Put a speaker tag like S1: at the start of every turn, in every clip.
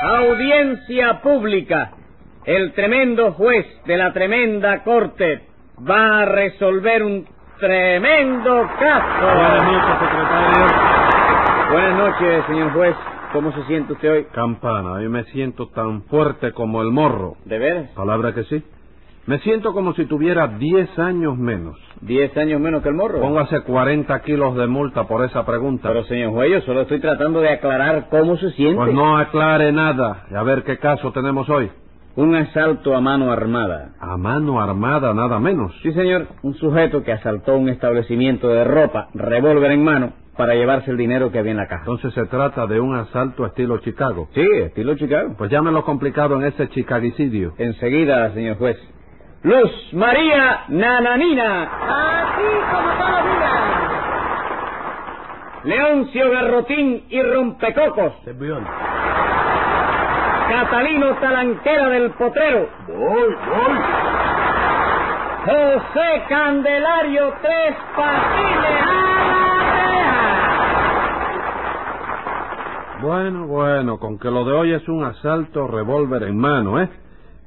S1: Audiencia pública. El tremendo juez de la tremenda corte va a resolver un tremendo caso.
S2: Buenas noches, secretario.
S1: Buenas noches, señor juez. ¿Cómo se siente usted hoy?
S2: Campana, hoy me siento tan fuerte como el morro.
S1: ¿De veras?
S2: Palabra que sí. Me siento como si tuviera 10 años menos.
S1: ¿Diez años menos que el morro?
S2: Póngase 40 kilos de multa por esa pregunta.
S1: Pero, señor juez, yo solo estoy tratando de aclarar cómo se siente.
S2: Pues no aclare nada. A ver qué caso tenemos hoy.
S1: Un asalto a mano armada.
S2: A mano armada, nada menos.
S1: Sí, señor. Un sujeto que asaltó un establecimiento de ropa, revólver en mano, para llevarse el dinero que había en la caja.
S2: Entonces se trata de un asalto estilo Chicago.
S1: Sí, estilo Chicago.
S2: Pues llámelo complicado en ese chicaguicidio.
S1: Enseguida, señor juez. Luz María Nananina.
S3: Así como todos días.
S1: Leoncio Garrotín y Rompecocos. Catalino Talanquera del Potrero.
S4: Voy, voy.
S1: José Candelario Tres Patines.
S2: Bueno, bueno, con que lo de hoy es un asalto revólver en mano, ¿eh?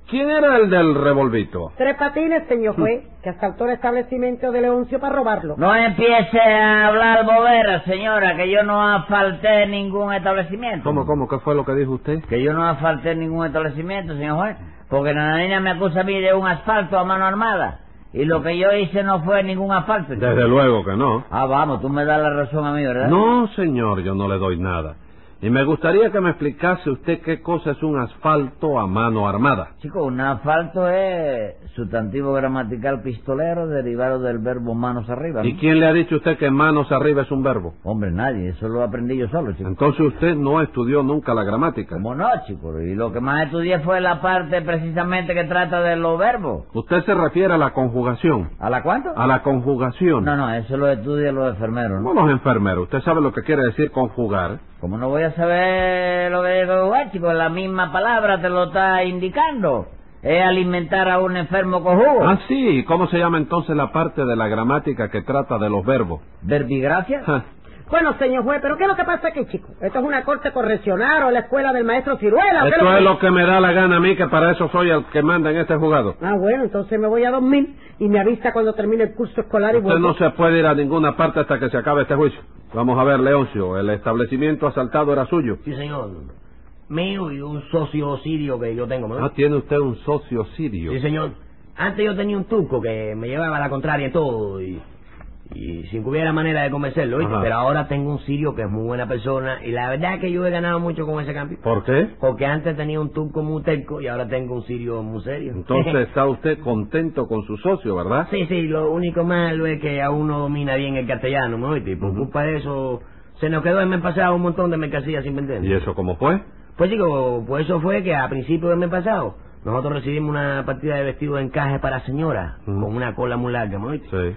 S2: ¿Quién era el del revolvito?
S3: Tres patines, señor juez, que asaltó el establecimiento de Leoncio para robarlo.
S5: No empiece a hablar bobera, señora, que yo no asfalté ningún establecimiento.
S2: ¿Cómo, cómo? ¿Qué fue lo que dijo usted?
S5: Que yo no asfalté ningún establecimiento, señor juez, porque Nananina me acusa a mí de un asfalto a mano armada. Y lo que yo hice no fue ningún asfalto.
S2: Desde luego que no.
S5: Ah, vamos, tú me das la razón a mí, ¿verdad?
S2: No, señor, yo no le doy nada. Y me gustaría que me explicase usted qué cosa es un asfalto a mano armada.
S5: Chico, un asfalto es sustantivo gramatical pistolero derivado del verbo manos arriba. ¿no?
S2: ¿Y quién le ha dicho a usted que manos arriba es un verbo?
S5: Hombre, nadie, eso lo aprendí yo solo, chico.
S2: Entonces usted no estudió nunca la gramática.
S5: ¿Cómo no, chico? Y lo que más estudié fue la parte precisamente que trata de los verbos.
S2: Usted se refiere a la conjugación.
S5: ¿A la cuánto?
S2: A la conjugación.
S5: No, no, eso lo estudian los enfermeros, ¿no?
S2: No los enfermeros. Usted sabe lo que quiere decir conjugar.
S5: Como no voy a saber lo que digo, ah, chico, la misma palabra te lo está indicando. Es alimentar a un enfermo con jugo.
S2: Ah, sí. ¿Cómo se llama entonces la parte de la gramática que trata de los verbos?
S5: ¿Verbigracia?
S2: Ja,
S3: Bueno, señor juez, ¿pero qué es lo que pasa aquí, chico? Esto es una corte correccional o la escuela del maestro Ciruela. ¿o qué
S2: Esto es lo que me da la gana a mí, que para eso soy el que manda en este jugado.
S3: Ah, bueno, entonces me voy a dormir y me avisa cuando termine el curso escolar y
S2: Usted
S3: vuelvo.
S2: no se puede ir a ninguna parte hasta que se acabe este juicio. Vamos a ver, Leoncio, el establecimiento asaltado era suyo.
S6: Sí, señor. Mío y un socio sirio que yo tengo, ¿no?
S2: Ah, tiene usted un socio sirio.
S6: Sí, señor. Antes yo tenía un turco que me llevaba a la contraria y todo y, y sin que hubiera manera de convencerlo, ¿oíste?
S2: Ajá.
S6: Pero ahora tengo un sirio que es muy buena persona y la verdad es que yo he ganado mucho con ese cambio.
S2: ¿Por qué?
S6: Porque antes tenía un turco muy terco y ahora tengo un sirio muy serio.
S2: Entonces está usted contento con su socio, ¿verdad?
S6: sí, sí, lo único malo es que aún no domina bien el castellano, ¿no? oíste? Y por culpa de eso se nos quedó el mes pasado un montón de mercancías sin vender.
S2: ¿Y eso cómo fue?
S6: Pues chico, pues eso fue que a principios del mes pasado nosotros recibimos una partida de vestidos de encaje para señora
S2: Mm.
S6: con una cola muy larga, ¿no?
S2: Sí.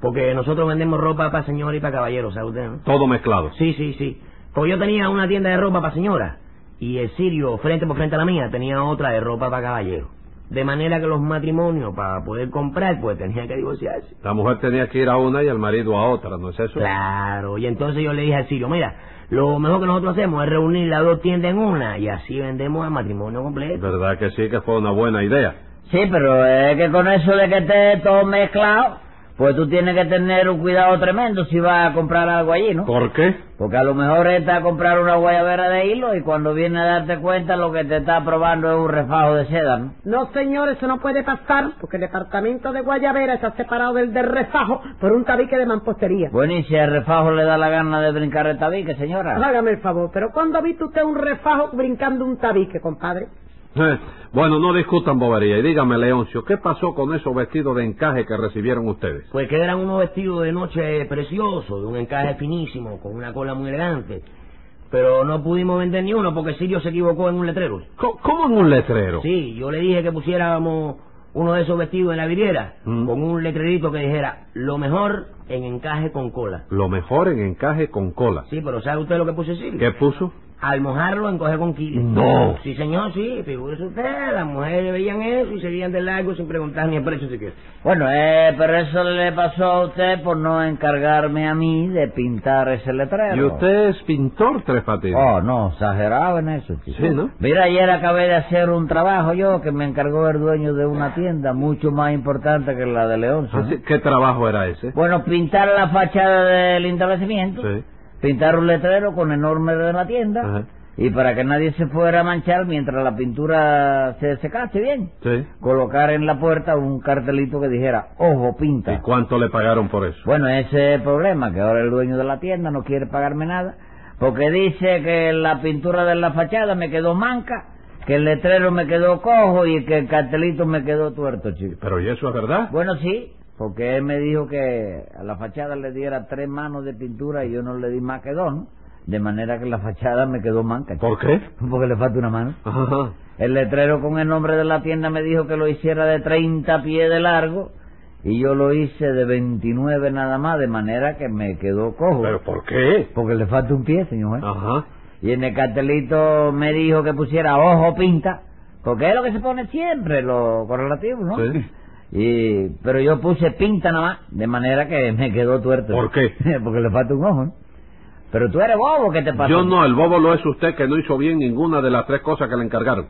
S6: Porque nosotros vendemos ropa para señora y para caballeros, ¿sabe usted, no?
S2: Todo mezclado.
S6: Sí, sí, sí. Pues yo tenía una tienda de ropa para señora y el sirio, frente por frente a la mía, tenía otra de ropa para caballero. De manera que los matrimonios, para poder comprar, pues tenían que divorciarse.
S2: La mujer tenía que ir a una y el marido a otra, ¿no es eso?
S6: Claro, y entonces yo le dije al Sirio, mira, lo mejor que nosotros hacemos es reunir las dos tiendas en una y así vendemos al matrimonio completo.
S2: ¿Verdad que sí que fue una buena idea?
S5: Sí, pero es que con eso de que esté todo mezclado, pues tú tienes que tener un cuidado tremendo si vas a comprar algo allí, ¿no?
S2: ¿Por qué?
S5: Porque a lo mejor está a comprar una guayabera de hilo y cuando viene a darte cuenta lo que te está probando es un refajo de seda, ¿no?
S3: No, señor, eso no puede pasar porque el departamento de Guayabera está separado del de refajo por un tabique de mampostería.
S5: Bueno, y si el refajo le da la gana de brincar el tabique, señora.
S3: Hágame el favor, ¿pero cuándo ha visto usted un refajo brincando un tabique, compadre?
S2: Eh, Bueno, no discutan bobería. Y dígame, Leoncio, ¿qué pasó con esos vestidos de encaje que recibieron ustedes?
S6: Pues que eran unos vestidos de noche preciosos, de un encaje finísimo, con una cola muy elegante. Pero no pudimos vender ni uno porque Sirio se equivocó en un letrero.
S2: Co- ¿Cómo en un letrero?
S6: Sí, yo le dije que pusiéramos uno de esos vestidos en la vidriera,
S2: Mm.
S6: con un letrerito que dijera, lo mejor en encaje con cola.
S2: Lo mejor en encaje con cola.
S6: Sí, pero ¿sabe usted lo que puso Sirio?
S2: ¿Qué puso?
S6: al mojarlo encoger con kilos.
S2: No.
S6: Sí, señor, sí, figúrese usted, las mujeres veían eso y seguían de largo sin preguntar ni el precio siquiera.
S5: Bueno, eh, pero eso le pasó a usted por no encargarme a mí de pintar ese letrero.
S2: Y usted es pintor, Tres Patines.
S5: Oh, no, exageraba en eso. chico.
S2: Sí, ¿no?
S5: Mira, ayer acabé de hacer un trabajo yo que me encargó el dueño de una tienda mucho más importante que la de León. ¿sí?
S2: Así- ¿Qué trabajo era ese?
S5: Bueno, pintar la fachada del establecimiento,
S2: Sí.
S5: pintar un letrero con el nombre de la tienda
S2: Ajá.
S5: y para que nadie se fuera a manchar mientras la pintura se secase bien,
S2: Sí.
S5: colocar en la puerta un cartelito que dijera, ojo, pinta.
S2: ¿Y cuánto le pagaron por eso?
S5: Bueno, ese es el problema, que ahora el dueño de la tienda no quiere pagarme nada, porque dice que la pintura de la fachada me quedó manca, que el letrero me quedó cojo y que el cartelito me quedó tuerto, chico.
S2: Pero ¿y eso es verdad?
S5: Bueno, sí, porque él me dijo que a la fachada le diera tres manos de pintura y yo no le di más que dos, ¿no? De manera que la fachada me quedó manca, chico.
S2: ¿Por qué?
S5: Porque le falta una mano.
S2: Ajá.
S5: El letrero con el nombre de la tienda me dijo que lo hiciera de 30 pies de largo y yo lo hice de 29 nada más, de manera que me quedó cojo.
S2: ¿Pero Ah. por qué?
S5: Porque le falta un pie, señor. ¿eh?
S2: Ajá.
S5: Y en el cartelito me dijo que pusiera ojo pinta, porque es lo que se pone siempre, lo correlativo, ¿no?
S2: Sí.
S5: Y, pero yo puse pinta nada más, de manera que me quedó tuerto.
S2: ¿Por qué?
S5: porque le falta un ojo, ¿no? Pero tú eres bobo, ¿qué te pasa?
S2: Yo no, el bobo lo es usted que no hizo bien ninguna de las tres cosas que le encargaron.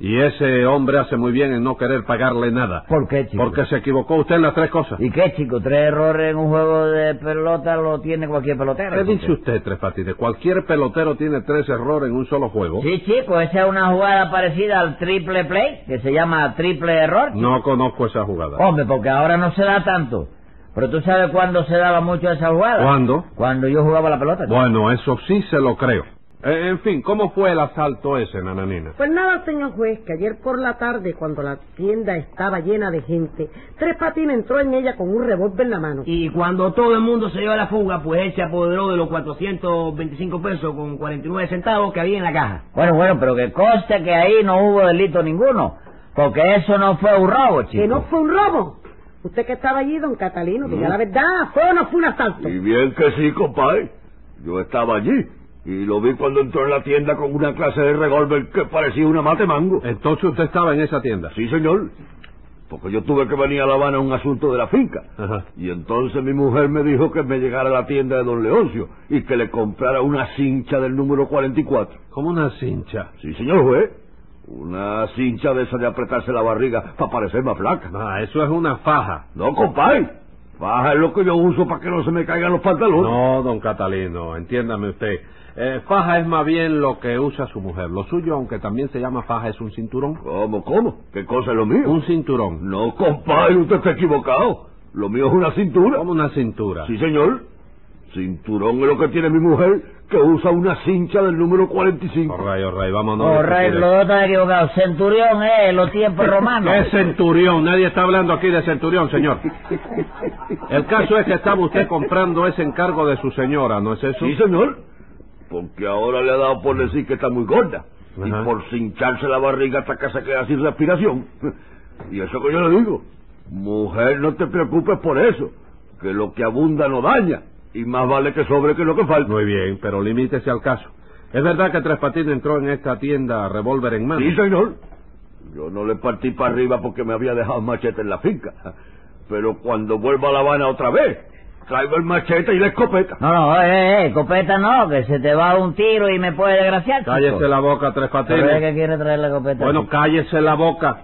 S2: Y ese hombre hace muy bien en no querer pagarle nada.
S5: ¿Por qué, chico?
S2: Porque se equivocó usted en las tres cosas.
S5: ¿Y qué, chico? Tres errores en un juego de pelota lo tiene cualquier pelotero.
S2: ¿Qué
S5: chico.
S2: dice usted, Tres Patines? Cualquier pelotero tiene tres errores en un solo juego.
S5: Sí, chico, esa es una jugada parecida al triple play, que se llama triple error.
S2: No conozco esa jugada.
S5: Hombre, porque ahora no se da tanto. Pero tú sabes cuándo se daba mucho esa jugada.
S2: ¿Cuándo?
S5: Cuando yo jugaba la pelota. chico.
S2: Bueno, eso sí se lo creo. Eh, en fin, ¿cómo fue el asalto ese, Nananina?
S3: Pues nada, señor juez, que ayer por la tarde, cuando la tienda estaba llena de gente, Tres Patines entró en ella con un revólver en la mano.
S6: Y cuando todo el mundo se dio a la fuga, pues él se apoderó de los 425 pesos con 49 centavos que había en la caja.
S5: Bueno, bueno, pero que conste que ahí no hubo delito ninguno. Porque eso no fue un robo, chico.
S3: Que no fue un robo. Usted que estaba allí, don Catalino, que ya la verdad, fue o no fue un asalto.
S4: Y bien que sí, compadre. Yo estaba allí y lo vi cuando entró en la tienda con una clase de revólver que parecía una mate mango.
S2: Entonces usted estaba en esa tienda.
S4: Sí, señor. Porque yo tuve que venir a La Habana a un asunto de la finca.
S2: Ajá.
S4: Y entonces mi mujer me dijo que me llegara a la tienda de don Leoncio y que le comprara una cincha del número 44.
S2: Como una cincha.
S4: Sí, señor juez. Una cincha de esa de apretarse la barriga para parecer más flaca.
S2: Ah, eso es una faja.
S4: No, compadre. Faja es lo que yo uso para que no se me caigan los pantalones.
S2: No, don Catalino, entiéndame usted. Eh, faja es más bien lo que usa su mujer. Lo suyo, aunque también se llama faja, es un cinturón.
S4: ¿Cómo, cómo? ¿Qué cosa es lo mío?
S2: Un cinturón.
S4: No, compadre, usted está equivocado. Lo mío es una cintura.
S2: Como una cintura.
S4: Sí, señor. Cinturón es lo que tiene mi mujer, que usa una cincha del número 45.
S2: All right, all right, vámonos.
S5: Oh, Ray,
S2: Mire.
S5: los dos están equivocados. Centurión, eh, los tiempos romanos.
S2: ¿Qué centurión? Nadie está hablando aquí de centurión, señor. El caso es que estaba usted comprando ese encargo de su señora, ¿no es eso?
S4: Sí, señor. Porque ahora le ha dado por decir que está muy gorda.
S2: Ajá.
S4: Y por cincharse la barriga hasta que se queda sin respiración. Y eso que yo le digo. Mujer, no te preocupes por eso. Que lo que abunda no daña. Y más vale que sobre que lo que falta.
S2: Muy bien, pero limítese al caso. ¿Es verdad que Tres Patines entró en esta tienda revólver en mano?
S4: Sí, señor. Yo no le partí para arriba porque me había dejado el machete en la finca. Pero cuando vuelva a La Habana otra vez, traigo el machete y la escopeta.
S5: No, no, eh, eh, copeta no, que se te va un tiro y me puede desgraciar. chico.
S2: Cállese la boca, Tres
S5: Pero es
S2: Patines.
S5: que quiere traer la copeta.
S2: Bueno, cállese la boca.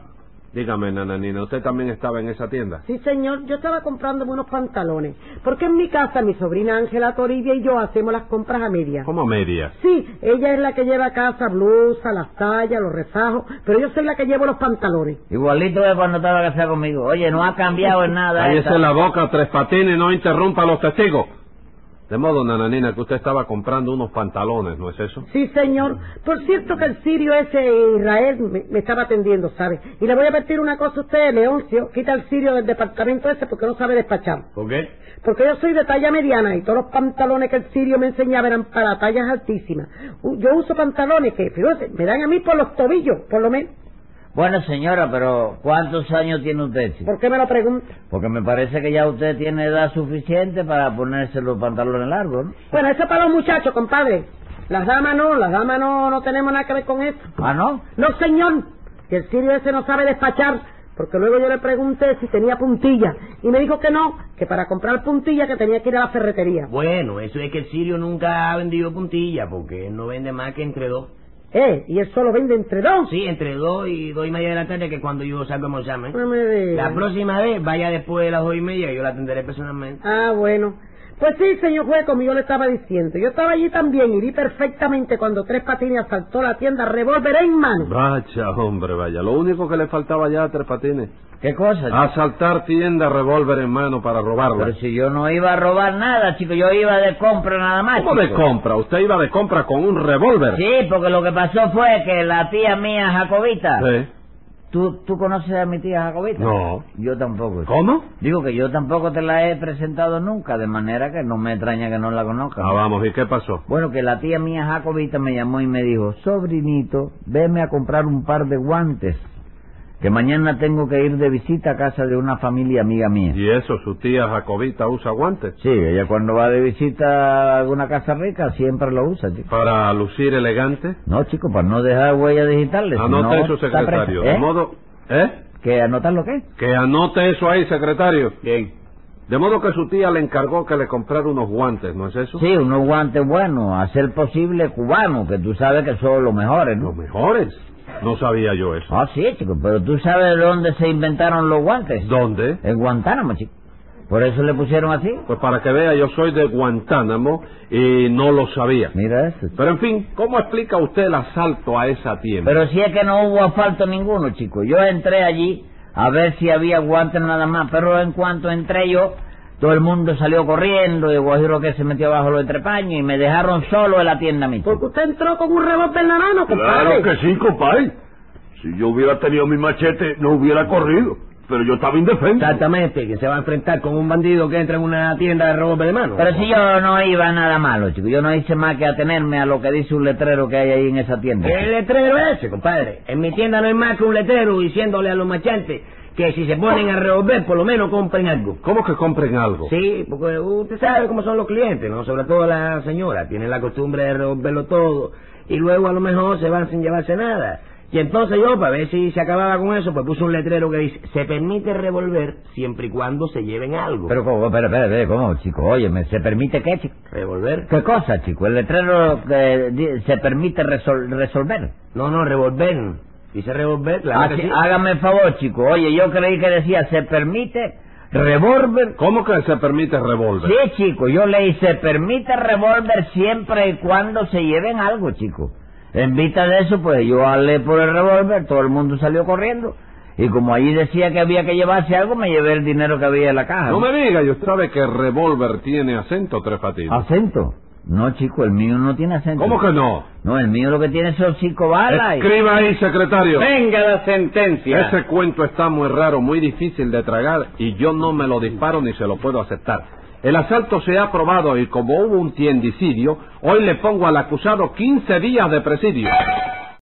S2: Dígame, nananina, ¿usted también estaba en esa tienda?
S3: Sí, señor, yo estaba comprándome unos pantalones, porque en mi casa mi sobrina Ángela Toribia y yo hacemos las compras a medias.
S2: ¿Cómo a medias?
S3: Sí, ella es la que lleva a casa blusa, las tallas, los rezajos, pero yo soy la que llevo los pantalones.
S5: Igualito que cuando estaba casada conmigo. Oye, no ha cambiado en nada.
S2: Cállese
S5: esta.
S2: la boca, Tres Patines, no interrumpa a los testigos. De modo, nananina, que usted estaba comprando unos pantalones, ¿no es eso?
S3: Sí, señor. Por cierto que el sirio ese de Israel me, me estaba atendiendo, ¿sabe? Y le voy a pedir una cosa a usted, Leoncio, quita el sirio del departamento ese porque no sabe despachar.
S6: ¿Por qué?
S3: Porque yo soy de talla mediana y todos los pantalones que el sirio me enseñaba eran para tallas altísimas. U- Yo uso pantalones que, fíjese, me dan a mí por los tobillos, por lo menos.
S5: Bueno, señora, pero ¿cuántos años tiene usted? chico?
S3: ¿Por qué me lo pregunta?
S5: Porque me parece que ya usted tiene edad suficiente para ponerse los pantalones largos, ¿no?
S3: Bueno, eso es para los muchachos, compadre. Las damas no, las damas no, no tenemos nada que ver con eso.
S5: ¿Ah, no?
S3: No, señor, que el sirio ese no sabe despachar, porque luego yo le pregunté si tenía puntilla, y me dijo que no, que para comprar puntilla que tenía que ir a la ferretería.
S6: Bueno, eso es que el sirio nunca ha vendido puntilla, porque él no vende más que entre dos.
S3: Eh, y él solo vende entre dos.
S6: Sí, entre dos y dos y media de la tarde, que es cuando yo salgo a almorzar, ¿eh?
S3: No me diga.
S6: La próxima vez vaya después de las dos y media, yo la atenderé personalmente.
S3: Ah, bueno. Pues sí, señor juez, como yo le estaba diciendo. Yo estaba allí también y vi perfectamente cuando Tres Patines asaltó la tienda revólver en mano.
S2: Vaya, hombre, vaya. Lo único que le faltaba ya a Tres Patines.
S5: ¿Qué cosa?
S2: Ah,
S5: chico?
S2: Asaltar tienda, revólver en mano para robarla.
S5: Pero si yo no iba a robar nada, chico, yo iba de compra nada más.
S2: ¿Cómo de
S5: chico.
S2: compra? Usted iba de compra con un revólver.
S5: Sí, porque lo que pasó fue que la tía mía, Jacobita.
S2: Sí.
S5: ¿Tú, ¿Tú conoces a mi tía Jacobita?
S2: No.
S5: Yo tampoco. chico.
S2: ¿Cómo?
S5: Digo que yo tampoco te la he presentado nunca, de manera que no me extraña que no la conozcas.
S2: Ah, vamos, ¿y qué pasó?
S5: Bueno, que la tía mía Jacobita me llamó y me dijo, sobrinito, veme a comprar un par de guantes, que mañana tengo que ir de visita a casa de una familia amiga mía.
S2: Y eso, su tía Jacobita usa guantes.
S5: Sí, ella cuando va de visita a alguna casa rica siempre lo usa, chico.
S2: Para lucir elegante.
S5: No, chico, para no dejar huellas digitales.
S2: Anote
S5: Pues no
S2: eso,
S5: está presa.
S2: secretario. De
S5: ¿Eh?
S2: modo. ¿Eh?
S5: ¿Que anotar lo qué?
S2: Que anote eso ahí, secretario. Bien. De modo que su tía le encargó que le comprara unos guantes, ¿no es eso?
S5: Sí, unos guantes buenos, a ser posible cubanos, que tú sabes que son los mejores, ¿no?
S2: Los mejores. No sabía yo eso.
S5: Ah, sí, chico, pero tú sabes de dónde se inventaron los guantes.
S2: ¿Dónde?
S5: En Guantánamo, chico. Por eso le pusieron así.
S2: Pues para que vea, yo soy de Guantánamo y no lo sabía.
S5: Mira eso.
S2: Pero en fin, ¿cómo explica usted el asalto a esa tienda?
S5: Pero si es que no hubo asfalto ninguno, chico. Yo entré allí a ver si había guantes nada más, pero en cuanto entré yo, todo el mundo salió corriendo y Guajiro que se metió bajo los entrepaños y me dejaron solo en la tienda mía.
S3: Porque usted entró con un revólver en la mano, compadre.
S4: Claro que sí, compadre. Si yo hubiera tenido mi machete, no hubiera corrido. Pero yo estaba indefenso.
S6: Exactamente, que se va a enfrentar con un bandido que entra en una tienda de robo de mano.
S5: Pero si yo no iba a nada malo, chico. Yo no hice más que atenerme a lo que dice un letrero que hay ahí en esa tienda.
S6: ¿Qué letrero es ese, compadre? En mi tienda no hay más que un letrero diciéndole a los marchantes que si se ponen a revolver, por lo menos compren algo.
S2: ¿Cómo que compren algo?
S6: Sí, porque usted sabe cómo son los clientes, ¿no? Sobre todo la señora, tiene la costumbre de revolverlo todo y luego a lo mejor se van sin llevarse nada. Y entonces yo, para ver si se acababa con eso, pues puse un letrero que dice, se permite revolver siempre y cuando se lleven algo.
S5: Pero, ¿cómo? Pero, pero, pero, ¿cómo, chico? Óyeme, ¿se permite qué, chico?
S6: ¿Revolver?
S5: ¿Qué cosa, chico? El letrero que di- se permite resol- resolver.
S6: No, no, revolver. Dice revolver, claro
S5: Ah,
S6: que
S5: sí,
S6: sí.
S5: Hágame el favor, chico. Oye, yo creí que decía, ¿se permite revólver?
S2: ¿Cómo que se permite revólver?
S5: Sí, chico, yo leí, se permite revólver siempre y cuando se lleven algo, chico. En vista de eso, pues yo hablé por el revólver, todo el mundo salió corriendo. Y como allí decía que había que llevarse algo, me llevé el dinero que había en la caja.
S2: No me diga, y usted sabe que revólver tiene acento, Tres Patines.
S5: Ah, ¿Acento? No, chico, el mío no tiene acento.
S2: ¿Cómo que no?
S5: No, el mío lo que tiene son cinco balas. y-
S2: Escriba ahí, secretario.
S1: Venga la sentencia.
S2: Ese cuento está muy raro, muy difícil de tragar y yo no me lo disparo ni se lo puedo aceptar. El asalto se ha aprobado y como hubo un tiendicidio, hoy le pongo al acusado 15 días de presidio.